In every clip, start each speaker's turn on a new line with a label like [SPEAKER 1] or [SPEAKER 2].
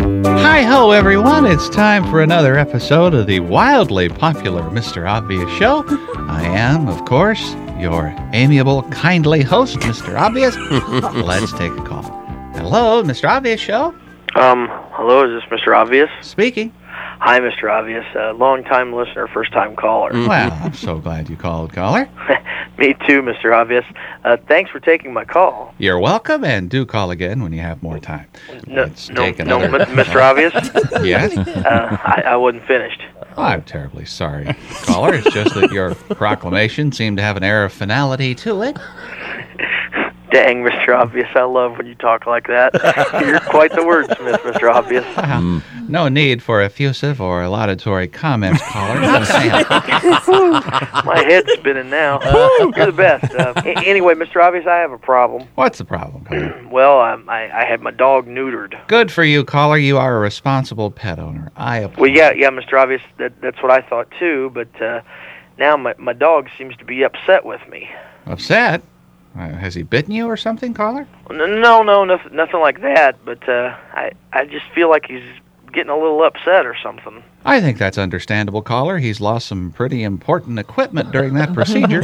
[SPEAKER 1] Hi ho, everyone. It's time for another episode of the wildly popular Mr. Obvious Show. I am, of course, your amiable, kindly host, Mr. Obvious. Let's take a call. Hello, Mr. Obvious Show.
[SPEAKER 2] Um, hello, is this Mr. Obvious?
[SPEAKER 1] Speaking.
[SPEAKER 2] Hi, Mr. Obvious. Uh, long time listener, first time caller.
[SPEAKER 1] Well, I'm so glad you called, caller.
[SPEAKER 2] Me too, Mr. Obvious. Uh, thanks for taking my call.
[SPEAKER 1] You're welcome, and do call again when you have more time.
[SPEAKER 2] No,
[SPEAKER 1] Let's
[SPEAKER 2] no,
[SPEAKER 1] take
[SPEAKER 2] no,
[SPEAKER 1] another-
[SPEAKER 2] M- Mr. Obvious.
[SPEAKER 1] Yes?
[SPEAKER 2] Uh, I, I wasn't finished.
[SPEAKER 1] I'm terribly sorry, caller. It's just that your proclamation seemed to have an air of finality to it.
[SPEAKER 2] Dang, Mr. Obvious, I love when you talk like that. You're quite the wordsmith, Mr. Obvious.
[SPEAKER 1] Wow. No need for effusive or laudatory comments, caller.
[SPEAKER 2] My head's spinning now. You're the best. Uh, a- anyway, Mr. Obvious, I have a problem.
[SPEAKER 1] What's the problem, caller?
[SPEAKER 2] Well, um, I, I had my dog neutered.
[SPEAKER 1] Good for you, caller. You are a responsible pet owner. I applaud.
[SPEAKER 2] Well, yeah, yeah, Mr. Obvious, that, that's what I thought too. But uh, now my my dog seems to be upset with me.
[SPEAKER 1] Upset? Uh, has he bitten you or something, caller?
[SPEAKER 2] N- No, no, nothing, nothing like that. But uh, I I just feel like he's getting a little upset or something.
[SPEAKER 1] I think that's understandable, caller. He's lost some pretty important equipment during that procedure.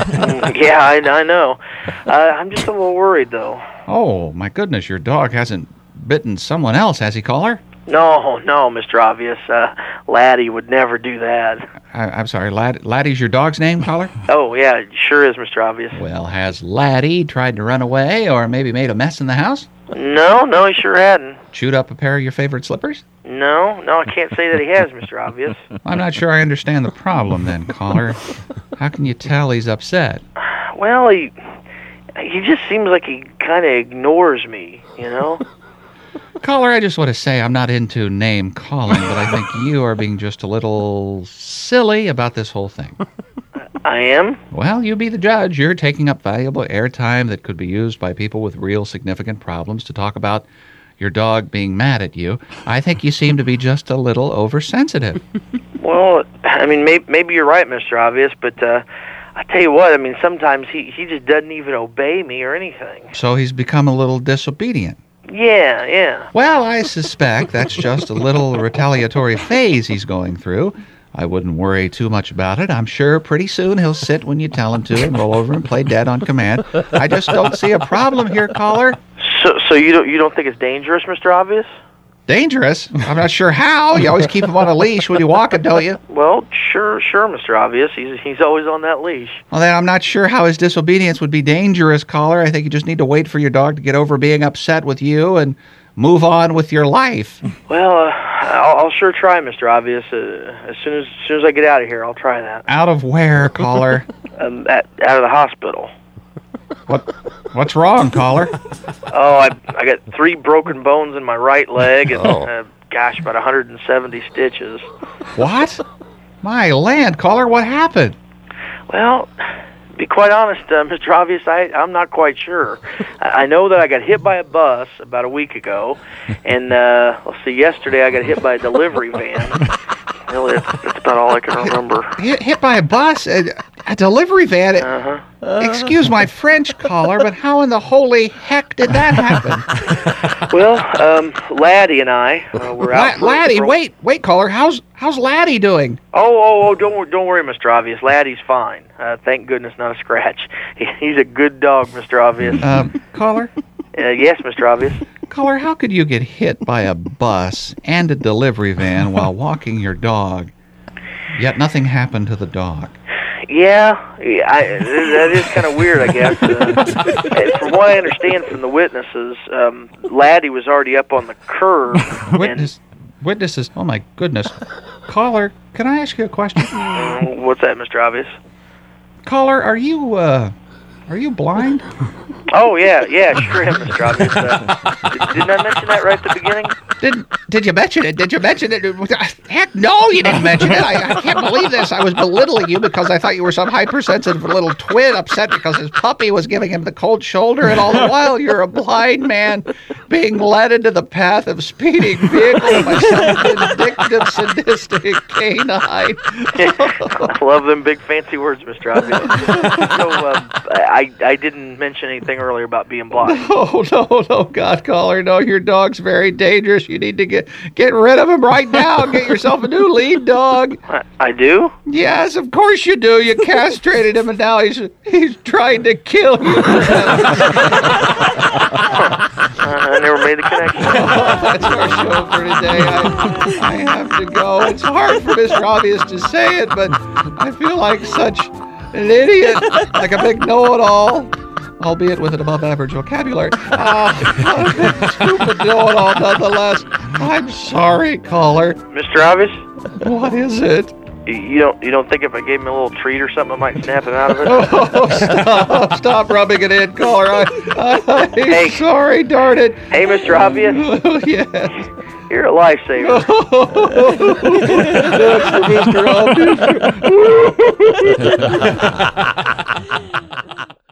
[SPEAKER 2] yeah, I, I know. Uh, I'm just a little worried though.
[SPEAKER 1] oh, my goodness, your dog hasn't bitten someone else, has he, caller?
[SPEAKER 2] No, no, Mr. Obvious, uh, Laddie would never do that.
[SPEAKER 1] I- I'm sorry, Lad- Laddie's your dog's name, caller?
[SPEAKER 2] Oh yeah, it sure is, Mr. Obvious.
[SPEAKER 1] Well, has Laddie tried to run away or maybe made a mess in the house?
[SPEAKER 2] No, no, he sure hadn't.
[SPEAKER 1] Chewed up a pair of your favorite slippers?
[SPEAKER 2] No, no, I can't say that he has, Mr. Obvious.
[SPEAKER 1] I'm not sure I understand the problem then, caller. How can you tell he's upset?
[SPEAKER 2] Well, he he just seems like he kind of ignores me, you know.
[SPEAKER 1] Caller, I just want to say I'm not into name calling, but I think you are being just a little silly about this whole thing.
[SPEAKER 2] I am.
[SPEAKER 1] Well, you be the judge. You're taking up valuable airtime that could be used by people with real significant problems to talk about your dog being mad at you. I think you seem to be just a little oversensitive.
[SPEAKER 2] Well, I mean, maybe, maybe you're right, Mr. Obvious, but uh, I tell you what, I mean, sometimes he he just doesn't even obey me or anything.
[SPEAKER 1] So he's become a little disobedient.
[SPEAKER 2] Yeah, yeah.
[SPEAKER 1] Well, I suspect that's just a little retaliatory phase he's going through. I wouldn't worry too much about it. I'm sure pretty soon he'll sit when you tell him to and roll over and play dead on command. I just don't see a problem here, caller.
[SPEAKER 2] So so you don't you don't think it's dangerous, Mr. Obvious?
[SPEAKER 1] Dangerous? I'm not sure how. You always keep him on a leash when you walk him, don't you?
[SPEAKER 2] Well, sure, sure, Mr. Obvious. He's he's always on that leash.
[SPEAKER 1] Well, then I'm not sure how his disobedience would be dangerous, caller. I think you just need to wait for your dog to get over being upset with you and move on with your life.
[SPEAKER 2] Well, uh, I'll, I'll sure try, Mr. Obvious. Uh, as soon as, as soon as I get out of here, I'll try that.
[SPEAKER 1] Out of where, caller?
[SPEAKER 2] Um, at, out of the hospital.
[SPEAKER 1] What? What's wrong, caller?
[SPEAKER 2] Oh, I I got three broken bones in my right leg and
[SPEAKER 1] Oh.
[SPEAKER 2] uh, gosh, about 170 stitches.
[SPEAKER 1] What? My land, caller, what happened?
[SPEAKER 2] Well, to be quite honest, uh, Mr. Obvious, I I'm not quite sure. I, I know that I got hit by a bus about a week ago, and uh, let's see, yesterday I got hit by a delivery van. Really, that's, that's about all I can remember.
[SPEAKER 1] Hit, hit by a bus, a, a delivery van.
[SPEAKER 2] Uh-huh.
[SPEAKER 1] Excuse my French, caller, but how in the holy heck did that happen?
[SPEAKER 2] Well, um, Laddie and I uh, were out.
[SPEAKER 1] La-
[SPEAKER 2] for-
[SPEAKER 1] Laddie,
[SPEAKER 2] for-
[SPEAKER 1] wait, wait, caller, how's how's Laddie doing?
[SPEAKER 2] Oh, oh, oh! Don't wor- don't worry, Mr. Obvious. Laddie's fine. Uh, thank goodness, not a scratch. He, he's a good dog, Mr. Obvious.
[SPEAKER 1] Um, caller,
[SPEAKER 2] Uh, yes, Mr. Obvious.
[SPEAKER 1] caller, how could you get hit by a bus and a delivery van while walking your dog? Yet nothing happened to the dog.
[SPEAKER 2] Yeah, yeah, I, that is kind of weird, I guess. Uh, from what I understand from the witnesses, um, Laddie was already up on the curb.
[SPEAKER 1] Witness, witnesses. Oh my goodness, caller, can I ask you a question?
[SPEAKER 2] And, uh, what's that, Mr. Obvious?
[SPEAKER 1] Caller, are you uh are you blind?
[SPEAKER 2] Oh yeah, yeah, sure, am, Mr. Obvious. Uh, didn't I mention that right at the beginning?
[SPEAKER 1] Did did you mention it? Did you mention it? Heck no, you didn't mention it. I, I can't believe this. I was belittling you because I thought you were some hypersensitive little twit upset because his puppy was giving him the cold shoulder and all the while you're a blind man being led into the path of speeding vehicles by some vindictive sadistic canine.
[SPEAKER 2] I love them big fancy words, Mr. Obvious. so um, I- I, I didn't mention anything earlier about being blind.
[SPEAKER 1] Oh no, no, God caller, no! Your dog's very dangerous. You need to get get rid of him right now. Get yourself a new lead dog.
[SPEAKER 2] I, I do.
[SPEAKER 1] Yes, of course you do. You castrated him, and now he's he's trying to kill you.
[SPEAKER 2] Uh, I never made the connection.
[SPEAKER 1] That's our show for today. I, I have to go. It's hard for Mr. Obvious to say it, but I feel like such an idiot, like a big know-it-all, albeit with an above-average vocabulary. Uh, stupid know-it-all, nonetheless. I'm sorry, caller.
[SPEAKER 2] Mr. Obvious,
[SPEAKER 1] What is it?
[SPEAKER 2] you, you don't you don't think if I gave him a little treat or something, I might snap him out of it?
[SPEAKER 1] Oh, stop! Stop rubbing it in, caller. I, I'm
[SPEAKER 2] Hey.
[SPEAKER 1] sorry, darn it.
[SPEAKER 2] hey, Mr. Obvious,
[SPEAKER 1] Oh, yes.
[SPEAKER 2] you're a lifesaver.
[SPEAKER 1] Mr. Obvious.